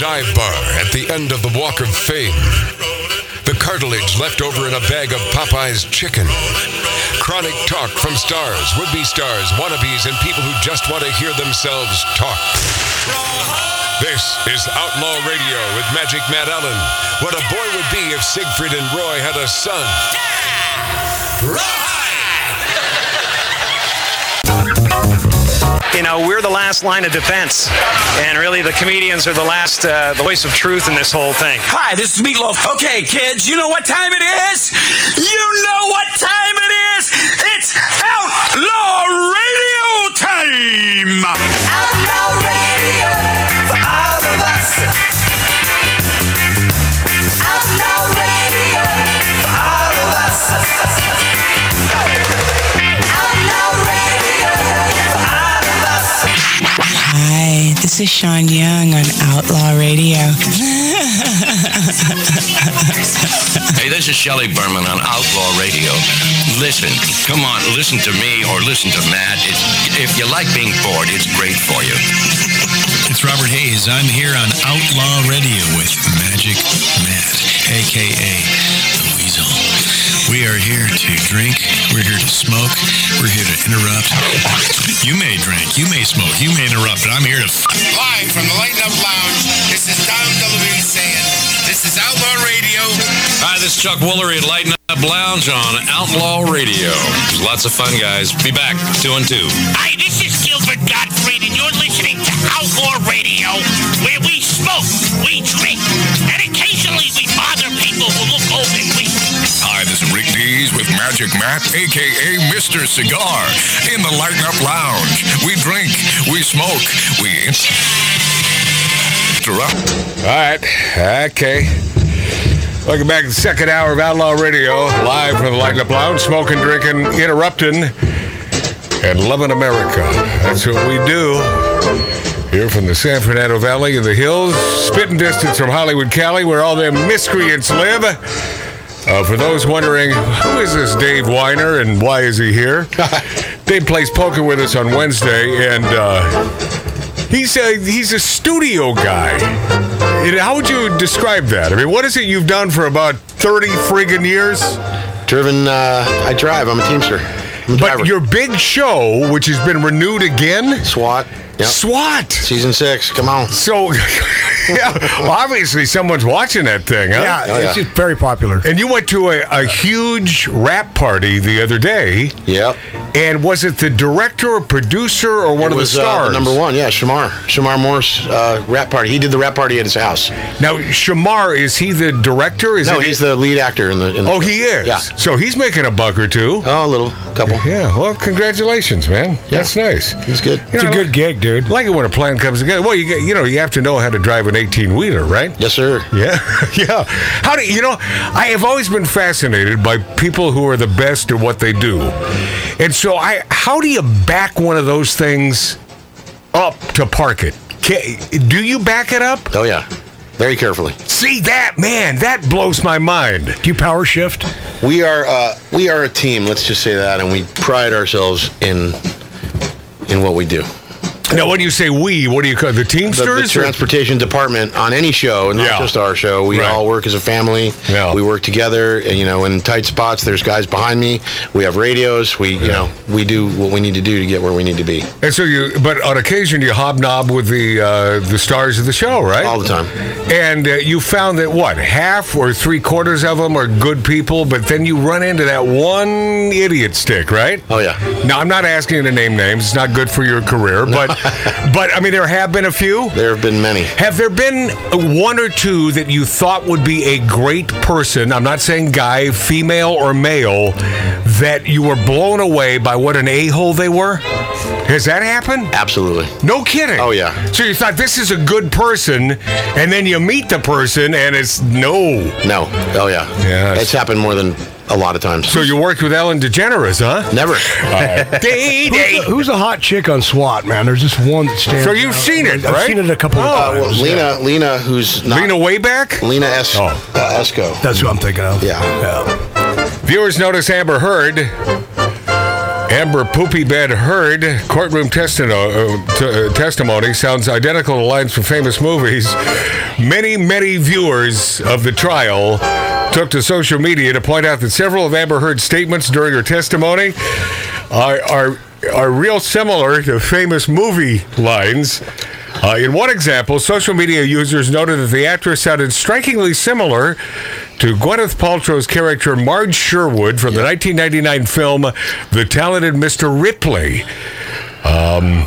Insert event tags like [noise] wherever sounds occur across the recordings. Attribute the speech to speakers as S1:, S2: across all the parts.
S1: dive bar at the end of the Walk of Fame. The cartilage left over in a bag of Popeye's chicken. Chronic talk from stars, would be stars, wannabes, and people who just want to hear themselves talk. This is Outlaw Radio with Magic Matt Allen. What a boy would be if Siegfried and Roy had a son.
S2: you know, we're the last line of defense. And really, the comedians are the last, uh, the voice of truth in this whole thing.
S3: Hi, this is Meatloaf. Okay, kids, you know what time it is? You know what time it is? It's Outlaw Radio time!
S4: Outlaw Radio for all of us. Outlaw Radio for all of us. Outlaw Radio for all of us.
S5: Hi, this is Sean Young on Outlaw Radio.
S6: Hey, this is Shelly Berman on Outlaw Radio. Listen, come on, listen to me or listen to Matt. It, if you like being bored, it's great for you.
S7: It's Robert Hayes. I'm here on Outlaw Radio with Magic Matt, aka the Weasel. We are here to drink. We're here to smoke. We're here to interrupt. You may drink. You may smoke. You may interrupt. But I'm here to. F-
S8: Live from the Lighten Up Lounge, this is Tom DeLuise saying, this is Outlaw Radio.
S9: Hi, this is Chuck Woolery at Lighten Up Lounge on Outlaw Radio. There's lots of fun, guys. Be back, two and two.
S10: Hi, this is Gilbert Gottfried, and you're listening to Outlaw Radio, where we smoke, we drink, and occasionally we bother people who look old and weak.
S11: Hi, this is Rick Dees with Magic Matt, aka Mr. Cigar, in the Lighten Up Lounge. We drink, we smoke, we interrupt.
S1: All right. Okay. Welcome back to the second hour of Outlaw Radio, live from the Lighten Up Lounge, smoking, drinking, interrupting, and loving America. That's what we do. Here from the San Fernando Valley in the hills, spitting distance from Hollywood, Cali, where all them miscreants live. Uh, for those wondering, who is this Dave Weiner and why is he here? Dave plays poker with us on Wednesday, and uh, He's a he's a studio guy. And how would you describe that? I mean, what is it you've done for about thirty friggin' years?
S12: Driven, uh, I drive. I'm a teamster. I'm a driver.
S1: But your big show, which has been renewed again,
S12: SWAT. Yep.
S1: SWAT.
S12: Season six. Come on.
S1: So, [laughs] yeah, well, obviously someone's watching that thing, huh?
S13: Yeah,
S12: Oh,
S13: it's
S12: yeah.
S13: just very popular.
S1: And you went to a, a huge rap party the other day,
S12: Yep.
S1: and was it the director or producer or one
S12: It
S1: of
S12: was,
S1: the
S12: uh,
S1: stars?
S12: number one. Yeah, Shamar. Shamar Morris uh, rap party. He did the rap party at his house.
S1: Now, Shamar, is he the director? Is
S12: no,
S1: it-
S12: he's the lead actor in the. In the
S1: Oh, he is.
S12: Yeah.
S1: So he's making a buck or two.
S12: Oh, a little couple.
S1: Yeah, well, congratulations, man. That's nice.
S12: He's good.
S1: You
S13: It's
S1: know,
S13: a good gig, dude.
S1: Like it when a plan comes together. Well, you get- you know you have to know how to drive an eighteen wheeler, right?
S12: Yes, sir.
S1: Yeah, [laughs] yeah. How do you know? I have always been fascinated by people who are the best at what they do, and so I. How do you back one of those things up to park it? Can, do you back it up?
S12: Oh, yeah. Very carefully.
S1: See that man? That blows my mind.
S13: Do you power shift?
S12: We are uh, we are a team. Let's just say that, and we pride ourselves in in what we do.
S1: Now, when you say we, what do you call the
S12: The, the
S1: Teamsters? or-
S12: transportation department on any show, not
S1: Yeah.
S12: just our show. We
S1: Right.
S12: all work as a family.
S1: Yeah.
S12: We work together, and you know, in tight spots, there's guys behind me. We have radios. We you know we do what we need to do to get where we need to be
S1: And so you, but on occasion you hobnob with the uh, the stars of the show, right?
S12: all the time.
S1: And uh, you found that what half or three quarters of them are good people, but then you run into that one idiot stick, right?
S12: Oh yeah.
S1: Now I'm not asking you to name names; it's not good for your career.
S12: [laughs]
S1: But but I mean, there have been a few.
S12: There have been many.
S1: Have there been one or two that you thought would be a great person? I'm not saying guy, female, or male, that you were blown away by what an a hole they were. Has that happened?
S12: Absolutely.
S1: No kidding.
S12: Oh, yeah.
S1: So you thought this is a good person, and then you meet the person, and it's no.
S12: No. Oh yeah.
S1: Yes.
S12: It's happened more than a lot of times.
S1: So you worked with Ellen DeGeneres, huh?
S12: Never.
S1: Day day.
S13: Who's the, who's the hot chick on SWAT, man? There's this one that stands.
S1: So you've
S13: out.
S1: seen it,
S13: I've
S1: right?
S13: seen it a couple
S1: Oh,
S13: of
S12: Uh,
S13: times.
S12: well, Lena, Lena, who's not
S1: Lena Wayback?
S12: Lena S.
S1: Oh.
S12: Uh, Esco.
S13: That's what I'm thinking of.
S12: Yeah.
S13: yeah.
S1: Viewers notice Amber Heard
S12: Amber Poopy Bed Heard courtroom testi- uh, t- uh, testimony sounds identical to lines from famous movies. Many, many viewers of the trial took to social media to point out that several of Amber Heard's statements during her testimony are are, are real similar to famous movie lines. Uh, in one example, social media users noted that the actress sounded strikingly similar to Gwyneth Paltrow's character Marge Sherwood from the 1999 film The Talented Mr. Ripley. Um,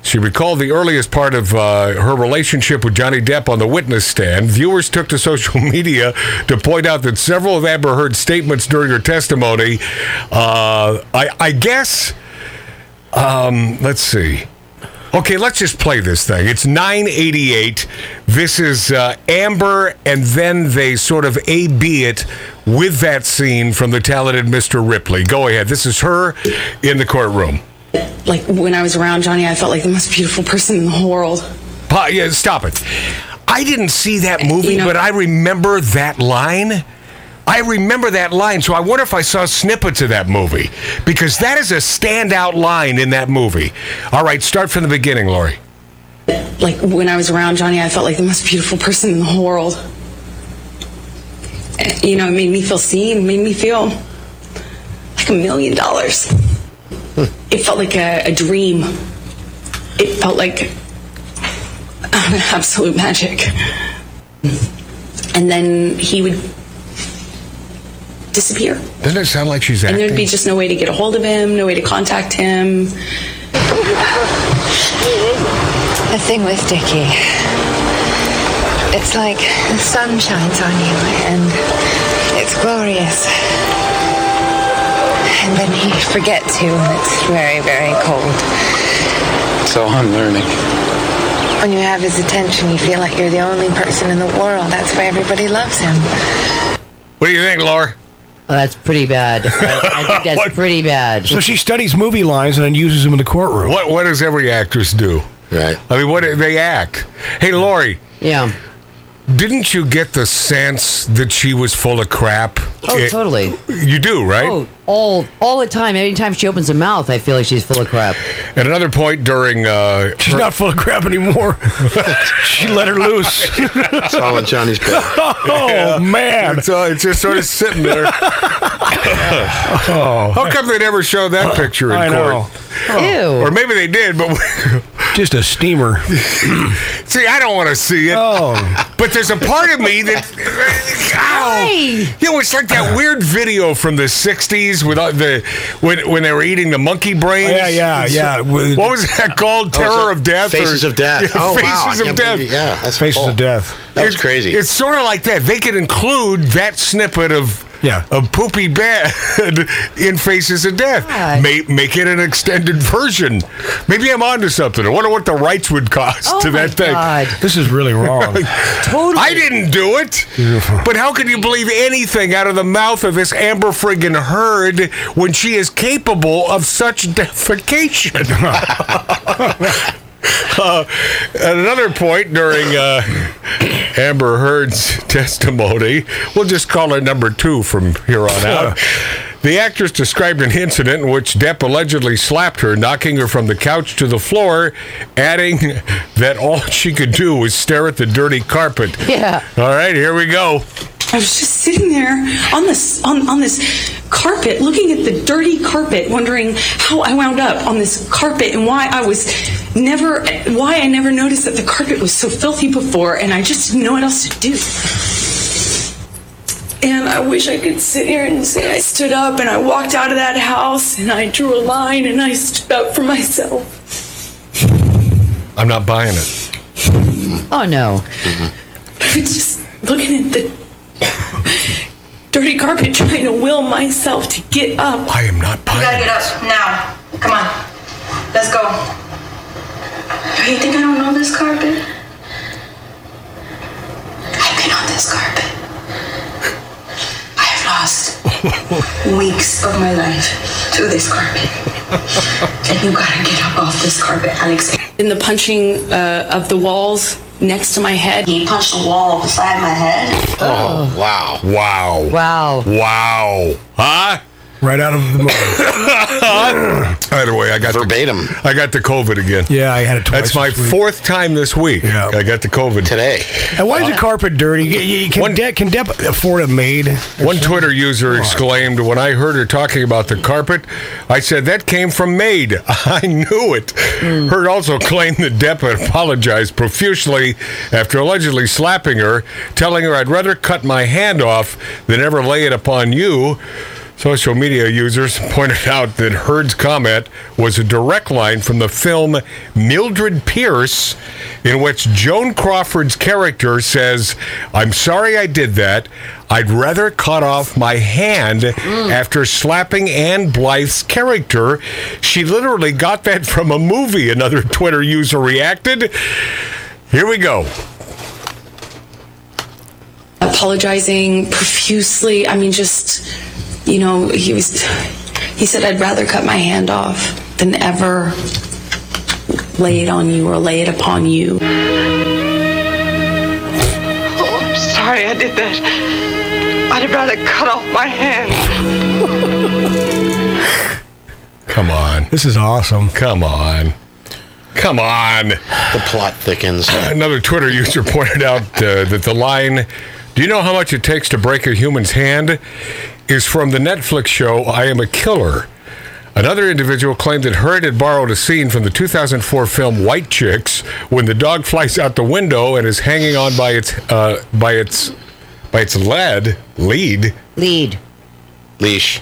S12: she recalled the earliest part of uh, her relationship with Johnny Depp on the witness stand. Viewers took to social [laughs] media to point out that several of Amber Heard's statements during her testimony, uh, I, I guess, um, let's see. Okay, let's just play this thing. It's 988. This is uh, Amber, and then they sort of A-B it with that scene from the talented Mr. Ripley. Go ahead. This is her in the courtroom.
S5: Like when I was around Johnny, I felt like the most beautiful person in the whole world.
S12: Pa, yeah, stop it. I didn't see that movie,
S5: know-
S12: but I remember that line. I remember that line, so I wonder if I saw snippets of that movie because that is a standout line in that movie. All right, start from the beginning, Lori.
S5: Like when I was around Johnny, I felt like the most beautiful person in the whole world. Eh, You know, it made me feel seen, made me feel like a million [laughs] dollars. It felt like a, a dream. It felt like absolute magic. And then he would disappear.
S12: Doesn't it sound like she's
S5: And
S12: acting?
S5: there'd be just no way to get a hold of him, no way to contact him.
S14: [laughs] The thing with Dickie, it's like the sun shines on you and it's glorious. And then he forgets you and it's very, very cold.
S15: So I'm learning.
S14: When you have his attention, you feel like you're the only person in the world. That's why everybody loves him.
S12: What do you think, Laura?
S4: Well, that's pretty bad. I, I think that's pretty bad.
S3: So she studies movie lines and then uses them in the courtroom.
S12: What What does every actress do? Right. I mean, what they act. Hey, Lori.
S4: Yeah.
S12: Didn't you get the sense that she was full of crap?
S4: Oh, totally.
S12: You do, right?
S4: Oh, all all the time. Anytime she opens her mouth, I feel like she's full of crap.
S12: At another point during, uh,
S3: She's not full of crap anymore. [laughs] she let her loose.
S16: It's all in
S12: [laughs]
S16: Johnny's bed.
S3: Oh man,
S12: it's, uh, it's just sort of sitting there.
S3: oh,
S12: How come they never showed that picture in
S3: I
S12: court?
S3: know.
S4: Ew.
S12: Or maybe they did, but
S3: just a steamer.
S12: see, I don't want to see it.
S3: Oh.
S12: But there's a part of me that, ow. you know, it's like that weird video from the '60s with all the when when they were eating the monkey brains.
S3: Yeah, Oh, yeah, yeah. With-
S12: What was that called?
S3: Oh,
S12: Terror
S3: so
S12: of Death. or-
S16: Faces of Death.
S12: Yeah,
S16: Oh, wow, I
S12: faces of
S16: can't
S12: Death.
S16: believe- yeah, that's
S3: Faces
S16: full.
S3: of Death.
S16: That was crazy.
S12: It's sort of like that. They could include that snippet of
S3: yeah.
S12: of poopy bed [laughs] in Faces of Death. May, make it an extended version. Maybe I'm onto something. I wonder what the rights would cost
S4: Oh
S12: to
S4: my
S12: that thing.
S4: God.
S3: This is really wrong.
S4: Totally.
S12: I didn't do it. But how can you believe anything out of the mouth of this Amber friggin' Heard when she is capable of such defecation? [laughs] Uh, at another point during uh, Amber Heard's testimony, we'll just call her number two from here on out. The actress described an incident in which Depp allegedly slapped her, knocking her from the couch to the floor, adding that all [laughs] she could do was stare at the dirty carpet.
S5: Yeah.
S12: All right, here we go.
S5: I was just sitting there on this on, on this carpet, looking at the dirty carpet, wondering how I wound up on this carpet and why I was never why I never noticed that the carpet was so filthy before, and I just didn't know what else to do. And I wish I could sit here and say I stood up and I walked out of that house and I drew a line and I stood up for myself.
S12: I'm not buying it.
S4: Oh no.
S5: I was just looking at the dirty carpet, trying to will myself to get up.
S12: I am not
S17: You gotta get
S12: buying it.
S17: up now. Come on. Let's go. You think I don't know this carpet? I've been on this carpet. I have lost weeks of my life to this carpet. And you gotta get up off this carpet, Alex.
S5: In the punching uh, of the walls next to my head.
S17: He punched the wall beside my head.
S16: Oh, wow.
S12: Wow.
S4: Wow.
S12: Wow. Huh?
S3: right out of the mud.
S12: Either way, I got verbatim. I got the COVID again.
S3: [laughs] Yeah, I had it twice
S12: That's my
S3: this week.
S12: fourth time this week. Yeah. I got the COVID today.
S3: and why is the carpet dirty? You- you- Can, De- can Deb afford a maid?
S12: One Twitter user exclaimed, "When I heard her talking about the carpet, I said that came from Maid. [laughs] I knew it." Heard also claimed that Depp had apologized profusely after allegedly slapping her, telling her, "I'd rather cut my hand off than ever lay it upon you." Social media users pointed out that Heard's comment was a direct line from the film Mildred Pierce, in which Joan Crawford's character says, I'm sorry I did that. I'd rather cut off my hand after slapping Anne Blythe's character. She literally got that from a movie, another Twitter user reacted. Here we go.
S5: apologizing profusely. I mean, just, you know, he was, he said, I'd rather cut my hand off than ever lay it on you or lay it upon you.
S18: Oh, I'm sorry I did that. I'd rather cut off my hand.
S12: Come on.
S3: This is awesome.
S12: Come on. Come on. The plot thickens. Another Twitter user [laughs] pointed out uh, that the line, Do you know how much it takes to break a human's hand? is from the Netflix show I Am a Killer. Another individual claimed that Heard had borrowed a scene from the 2004 film White Chicks when the dog flies out the window and is hanging on by its uh, by its by its lead lead
S4: lead
S12: leash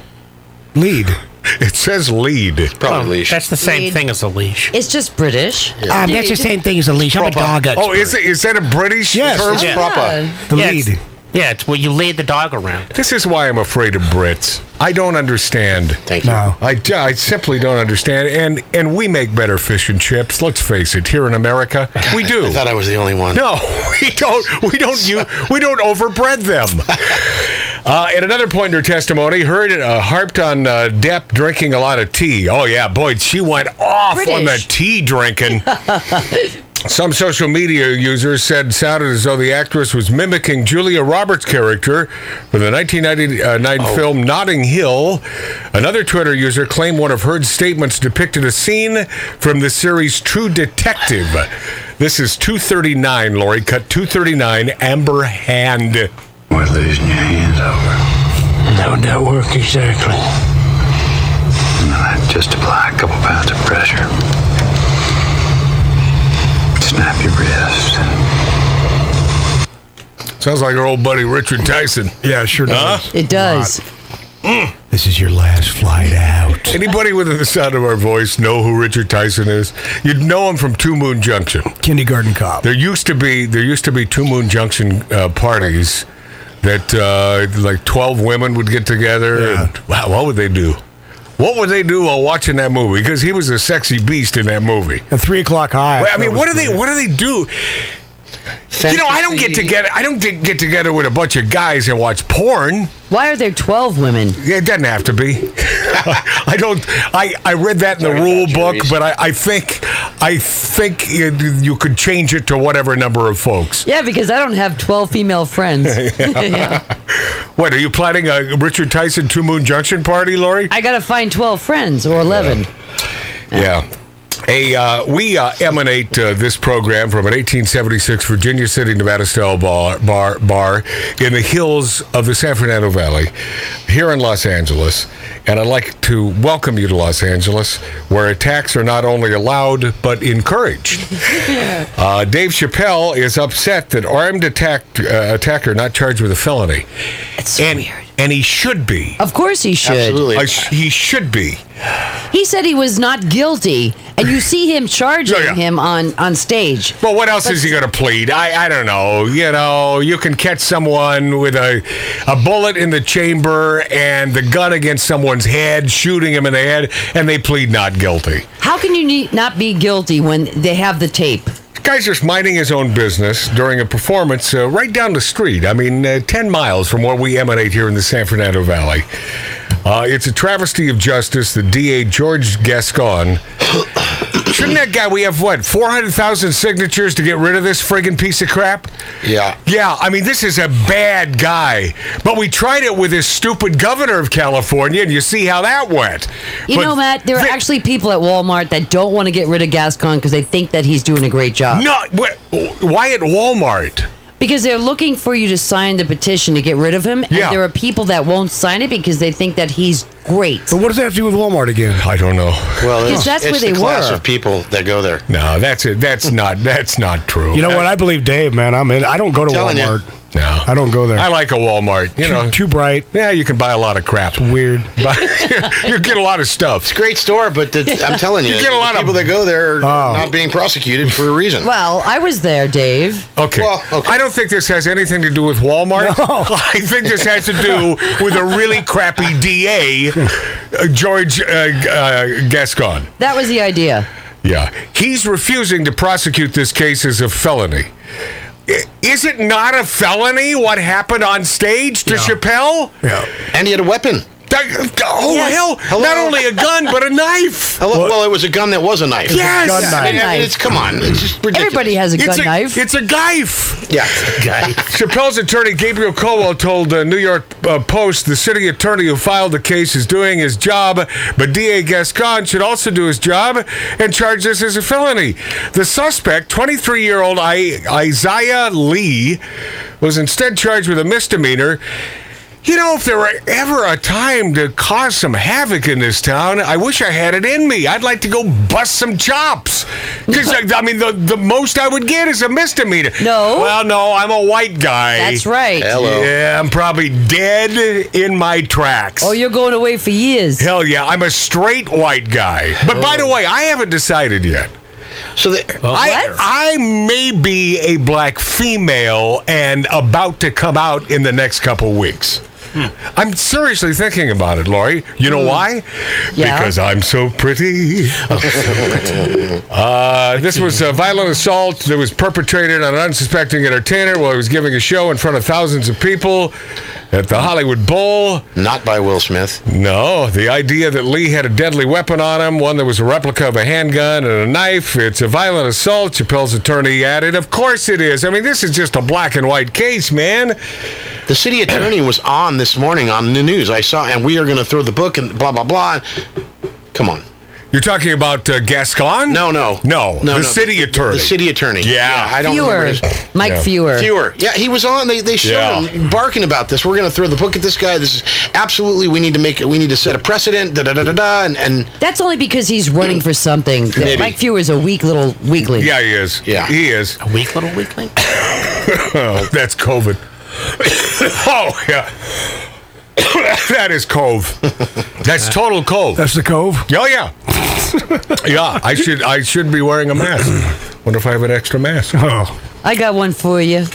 S12: lead. It says lead. It's
S16: probably leash.
S3: That's the same
S4: Lead.
S3: thing as a leash.
S4: It's just British.
S3: Um, that's the same thing as a leash. I'm a dog expert.
S12: Oh, is, it, is that a British
S3: Yes.
S12: term?
S3: Yeah.
S12: Proper.
S3: The lead.
S19: Yeah, it's where you lead the dog around.
S12: This is why I'm afraid of Brits. I don't understand. Thank
S3: you. No.
S12: I, I simply don't understand. And and we make better fish and chips. Let's face it. Here in America, we do. [laughs] I thought I was the only one. No, [laughs] we don't. We don't. You. We don't overbred them. Uh, at another point in her testimony, heard uh, harped on uh, Depp drinking a lot of tea. Oh yeah, boy, she went off on the
S18: British.
S12: tea drinking. Some social media users said sounded as though the actress was mimicking Julia Roberts' character from the 1999 film Notting Hill. Another Twitter user claimed one of Heard's statements depicted a scene from the series True Detective. This is 239, Lori. Cut 239, Amber Hand.
S20: We're losing your hands over. No network exactly. No, that just apply a couple pounds of pressure. Snap your wrist.
S12: Sounds like our old buddy Richard Tyson.
S3: Yeah, sure
S12: does.
S4: It does.
S3: This is your last flight out.
S12: Anybody within the sound of our voice know who Richard Tyson is? You'd know him from Two Moon Junction.
S3: Kindergarten cop.
S12: There used to be there used to be Two Moon Junction uh, parties that uh, like twelve women would get together. And, wow, what would they do? What would they do while watching that movie? Because he was a sexy beast in that movie.
S3: At three o'clock high.
S12: Well, I mean, what do they what do they do? You know, I don't get together. I don't get get together with a bunch of guys and watch porn.
S4: Why are there twelve women?
S12: It doesn't have to be. [laughs] I don't. I, I read that in the rule book, but I, I think I think you, you could change it to whatever number of folks.
S4: Yeah, because I don't have twelve female friends. [laughs] Yeah.
S12: What are you planning a Richard Tyson Two Moon Junction party, Lori?
S4: I gotta find twelve friends or eleven.
S12: Yeah. A, uh, we uh, emanate uh, this program from an 1876 Virginia City, Nevada style bar, bar, bar in the hills of the San Fernando Valley here in Los Angeles. And I'd like to welcome you to Los Angeles, where attacks are not only allowed but encouraged. Uh, Dave Chappelle is upset that armed attack, uh, attacker not charged with a felony.
S4: That's and,
S12: weird. And he should be.
S4: Of course he should. Absolutely.
S12: I sh- he should be.
S4: He said he was not guilty, and you see him charging
S12: Yeah, yeah.
S4: him on on stage.
S12: Well, what else
S4: But-
S12: is he going to plead? I, I don't know. You know, you can catch someone with a a bullet in the chamber and the gun against someone's head, shooting him in the head, and they plead not guilty.
S4: How can you ne- not be guilty when they have the tape?
S12: Guy's just minding his own business during a performance uh, right down the street. I mean, uh, 10 miles from where we emanate here in the San Fernando Valley. Uh, it's a travesty of justice that DA George Gascon [coughs] Shouldn't that guy? We have what four hundred thousand signatures to get rid of this friggin' piece of crap.
S16: Yeah.
S12: Yeah, I mean, this is a bad guy. But we tried it with this stupid governor of California, and you see how that went.
S4: You
S12: But
S4: know, Matt, there are actually people at Walmart that don't want to get rid of Gascon because they think that he's doing a great job.
S12: No, wh- why at Walmart?
S4: Because they're looking for you to sign the petition to get rid of him, and
S12: Yeah.
S4: there are people that won't sign it because they think that he's great.
S3: But what does that have to do with Walmart again?
S12: I don't know.
S16: Well,
S4: Because
S16: it's,
S4: that's
S16: it's
S4: where they
S16: the class
S4: were.
S16: of people that go there.
S12: No, that's it. That's not. That's not true.
S3: You know what? I believe Dave, man. I'm in. I don't go to
S12: Telling you.
S3: Walmart.
S12: No.
S3: I don't go there.
S12: I like a Walmart. You
S3: Too-
S12: know,
S3: too bright.
S12: Yeah, you can buy a lot of crap.
S3: weird.
S12: But you get a lot of stuff.
S16: It's a great store, but
S4: [laughs]
S16: the, I'm telling you,
S12: You get a lot
S16: the
S12: of- Oh.
S16: people that go there are not being prosecuted for a reason.
S4: Well, I was there, Dave.
S12: Okay.
S16: Well, okay.
S12: I don't think this has anything to do with Walmart. [laughs] I think this has to do with a really crappy DA, uh, George uh, uh, Gascon.
S4: That was the idea.
S12: Yeah. He's refusing to prosecute this case as a felony. I- Is it not a felony what happened on stage to Chappelle?
S3: Yeah.
S16: and he had a weapon.
S12: That- oh, hell.
S16: Hello?
S12: Not only a gun, but a knife.
S16: Hello? Well, it was a gun that was a knife.
S12: Yes.
S16: I
S12: Gun
S16: mean,
S12: knife.
S16: I mean, it's come on, it's just ridiculous.
S4: Everybody has a gun
S12: it's a,
S4: knife.
S12: It's a gife.
S16: Yeah,
S12: Chappelle's attorney Gabriel Cowell told the New York uh, Post the city attorney who filed the case is doing his job, but DA Gascon should also do his job and charge this as a felony. The suspect, 23 year old I- Isaiah Lee, was instead charged with a misdemeanor. You know, if there were ever a time to cause some havoc in this town, I wish I had it in me. I'd like to go bust some chops. 'Cause, I, I mean, the, the most I would get is a misdemeanor.
S4: No.
S12: Well, no, I'm a white guy.
S4: That's right.
S16: Hello.
S12: Yeah, I'm probably dead in my tracks.
S4: Oh, you're going away for years.
S12: Hell yeah, I'm a straight white guy. But by the way, I haven't decided yet.
S16: So the,
S12: I,
S4: What?
S12: I may be a black female and about to come out in the next couple weeks. I'm seriously thinking about it, Lori. You know why?
S4: Yeah.
S12: Because I'm so pretty. [laughs] uh, this was a violent assault that was perpetrated on an unsuspecting entertainer while he was giving a show in front of thousands of people at the Hollywood Bowl.
S16: not by Will Smith.
S12: No, the idea that Lee had a deadly weapon on him, one that was a replica of a handgun and a knife, it's a violent assault, Chappelle's attorney added. Of course it is. I mean, this is just a black and white case, man.
S16: The city attorney was on this morning on the news. I saw, and we are going to throw the book and blah blah blah. Come on.
S12: You're talking about uh, Gascon?
S16: No, no,
S12: No, the city attorney.
S16: The city attorney.
S12: Yeah.
S16: I don't remember
S4: Fewer.
S16: his
S4: Mike
S12: Yeah.
S4: Fewer.
S16: Fewer. Yeah, he was on. They they showed
S12: Yeah.
S16: him barking about this. We're going to throw the book at this guy. This is absolutely. We need to make it. We need to set a precedent. Da da da da da. And, and
S4: That's only because he's running for something.
S16: Maybe.
S4: Mike Fewer's a weak little weakling.
S12: Yeah, he is.
S16: Yeah.
S12: He is.
S19: A weak little weakling.
S12: Oh, that's COVID. oh, yeah. that is Cove. That's total Cove.
S3: That's the Cove.
S12: Oh yeah, yeah. I should I should be wearing a mask. Wonder if I have an extra mask.
S3: Oh,
S4: I got one for you.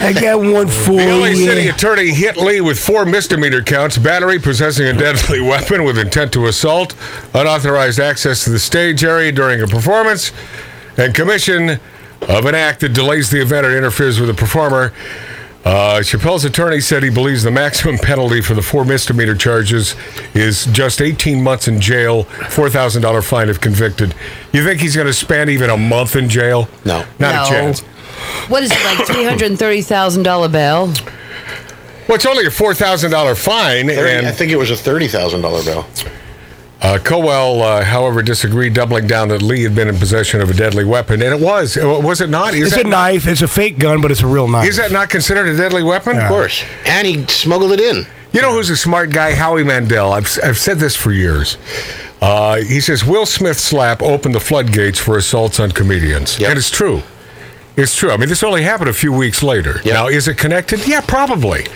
S3: I got one for
S12: The LA City
S3: you.
S12: attorney hit Lee with four misdemeanor counts battery, possessing a deadly [laughs] weapon with intent to assault, unauthorized access to the stage area during a performance, and commission of an act that delays the event or interferes with the performer. Uh, Chappelle's attorney said he believes the maximum penalty for the four misdemeanor charges is just 18 months in jail, $4,000 fine if convicted. You think he's going to spend even a month in jail?
S16: No.
S12: Not
S4: No.
S12: a chance.
S4: What is it like? Three hundred thirty thousand dollar bail.
S12: Well, it's only a $4,000 fine. and
S16: I think it was a thirty thousand dollar bill.
S12: Uh, Cowell, uh, however, disagreed, doubling down that Lee had been in possession of a deadly weapon, and it was. Uh, Was it not? Is
S3: It's
S12: that
S3: a knife. It's a fake gun, but it's a real knife.
S12: Is that not considered a deadly weapon?
S16: Of course. And he smuggled it in.
S12: You know who's a smart guy? Howie Mandel. I've, I've said this for years. Uh, he says Will Smith's slap opened the floodgates for assaults on comedians,
S16: Yep.
S12: and it's true. It's true. I mean, this only happened a few weeks later. Now, is it connected? Yeah, probably.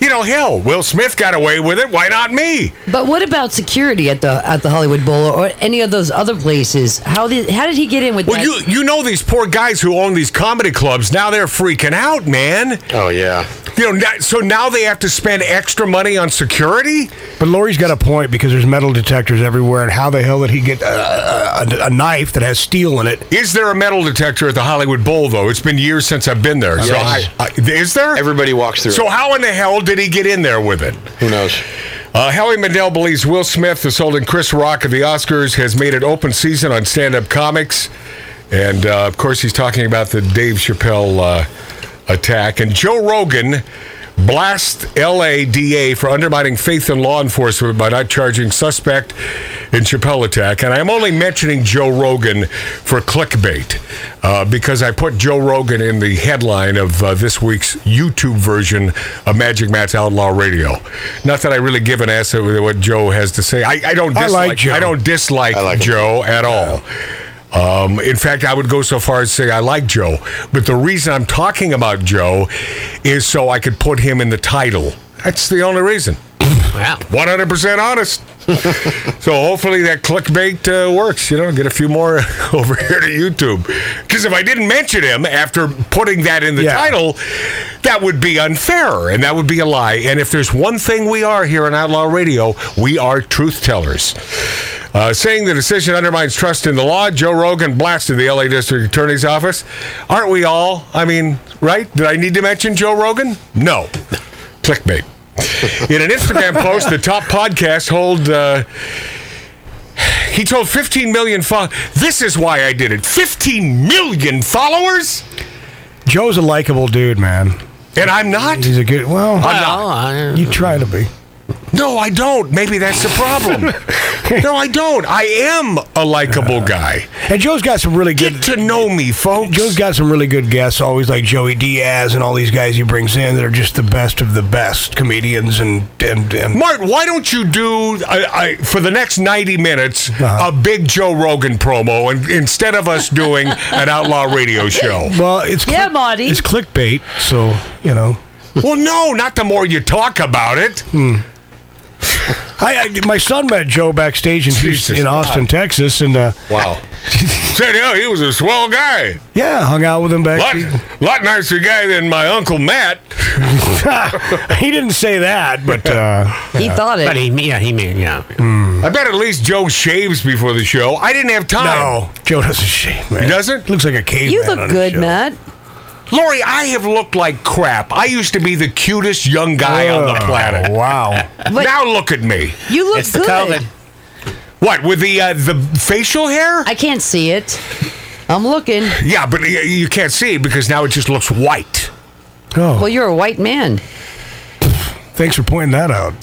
S12: You know, hell, Will Smith got away with it. Why not me?
S4: But what about security at the at the Hollywood Bowl or any of those other places? How did how did he get in with
S12: Well,
S4: that?
S12: you you know these poor guys who own these comedy clubs. Now they're freaking out, man.
S16: Oh yeah.
S12: You know, now- so now they have to spend extra money on security.
S3: But Lori's got a point because there's metal detectors everywhere, and how the hell did he get a, a, a knife that has steel in it?
S12: Is there a metal detector at the Hollywood Bowl though? It's been years since I've been there. So
S16: Yes.
S12: I, I, is there?
S16: Everybody walks through.
S12: So
S16: it.
S12: how in the hell did he get in there with it?
S16: Who knows?
S12: Uh, Howie Mandel believes Will Smith is holding Chris Rock at the Oscars has made it open season on stand up comics. And uh, of course, he's talking about the Dave Chappelle uh, attack. And Joe Rogan blasts LADA for undermining faith in law enforcement by not charging suspect in Chappelle attack. And I'm only mentioning Joe Rogan for clickbait uh, because I put Joe Rogan in the headline of uh, this week's YouTube version of Magic Matt's Outlaw Radio. Not that I really give an ass at what Joe has to say. I, I don't
S3: I
S12: dislike.
S3: like Joe.
S12: I don't dislike
S3: I like him.
S12: Joe at all. Um, in fact, I would go so far as to say I like Joe. But the reason I'm talking about Joe is so I could put him in the title. That's the only reason. Wow. 100% honest. so hopefully that clickbait uh, works. You know, get a few more [laughs] over here to YouTube. Because if I didn't mention him after putting that in the title, that would be unfair and that would be a lie. And if there's one thing we are here on Outlaw Radio, we are truth tellers. Uh, saying the decision undermines trust in the law, Joe Rogan blasted the LA District Attorney's Office. Aren't we all? I mean, right? Did I need to mention Joe Rogan? No. Clickbait. In an Instagram post, the top podcast hold. Uh, he told 15 million fo- This is why I did it. 15 million followers,
S3: Joe's a likable dude, man.
S12: and I'm not.
S3: He's a good. Well,
S12: I'm
S3: you try to be.
S12: No, I don't. Maybe that's the problem.
S3: [laughs]
S12: no, I don't. I am a likable guy.
S3: Uh, And Joe's got some really good.
S12: Get to know me, folks.
S3: Joe's got some really good guests, always like Joey Diaz and all these guys he brings in that are just the best of the best comedians and and and.
S12: Mart, why don't you do I, I, for the next ninety minutes
S3: Uh-huh.
S12: a big Joe Rogan promo, and instead of us doing an outlaw radio show?
S3: Well, it's
S4: yeah,
S12: [laughs]
S4: Marty.
S3: it's clickbait, so you know. Hmm.
S12: Well, no, not the more you talk about it.
S3: I, I my son met Joe backstage in,
S12: Jesus
S3: in Austin,
S12: God.
S3: Texas, and uh, [laughs]
S12: Wow. Said, yeah, he was a swell guy.
S3: yeah, hung out with him
S12: Lot,
S3: backstage.
S12: lot nicer guy than my Uncle Matt.
S3: [laughs] he didn't say that, but uh,
S4: He thought it.
S19: But he, yeah, he mean, yeah.
S12: [laughs] I bet at least Joe shaves before the show. I didn't have time.
S3: no, Joe doesn't shave. Man.
S12: He doesn't?
S3: Looks like a caveman.
S4: you look
S3: on his
S4: good,
S3: show.
S4: Matt.
S12: Lori, I have looked like crap. I used to be the cutest young guy on the
S3: Oh,
S12: planet. [laughs]
S3: Wow.
S4: But-
S12: now look at me.
S4: You look
S19: It's the
S4: good.
S19: COVID.
S12: What with the uh, the facial hair?
S4: I can't see it. I'm looking.
S12: yeah, but y- you can't see it because now it just looks white.
S3: Oh,
S4: Well, you're a white man.
S3: thanks for pointing that out.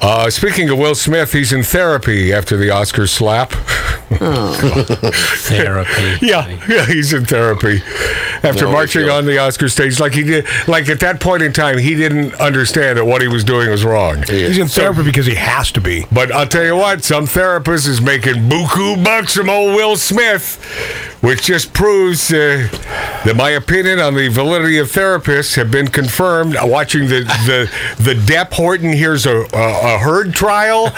S12: Uh, speaking of Will Smith, he's in therapy after the Oscar slap. [laughs]
S19: Therapy.
S12: Yeah, yeah, he's in therapy after
S16: No,
S12: marching
S16: sure.
S12: on the Oscar stage. Like he did, like at that point in time, he didn't understand that what he was doing was wrong.
S3: He's in therapy because he has to be.
S12: But I'll tell you what, some therapist is making buku bucks from old Will Smith, which just proves uh, that my opinion on the validity of therapists have been confirmed. Uh, Watching the the the Depp Horton here's a a, a herd trial,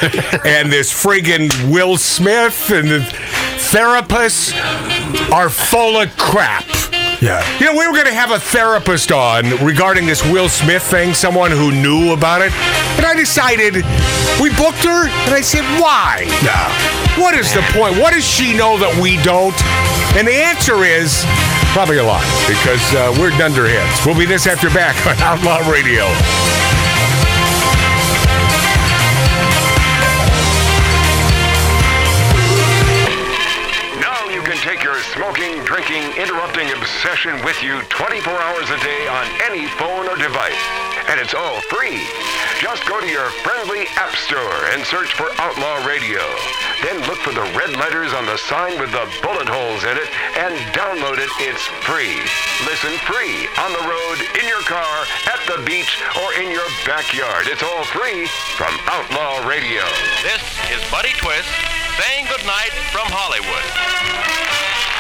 S12: and this friggin' Will Smith and the therapists are full of crap.
S3: Yeah.
S12: You know, we were going to have a therapist on regarding this Will Smith thing, someone who knew about it. But I decided we booked her, and I said, why? What is the point? What does she know that we don't? And the answer is probably a lot because uh, we're dunderheads. We'll be this after back on Outlaw Radio.
S1: Now you can take your smoking, drinking, interrupting obsession with you 24 hours a day on any phone or device. And it's all free. Just go to your friendly app store and search for Outlaw Radio. Then look for the red letters on the sign with the bullet holes in it and download it. It's free. Listen free on the road, in your car, at the beach, or in your backyard. It's all free from Outlaw Radio.
S21: This is Buddy Twist saying goodnight from Hollywood.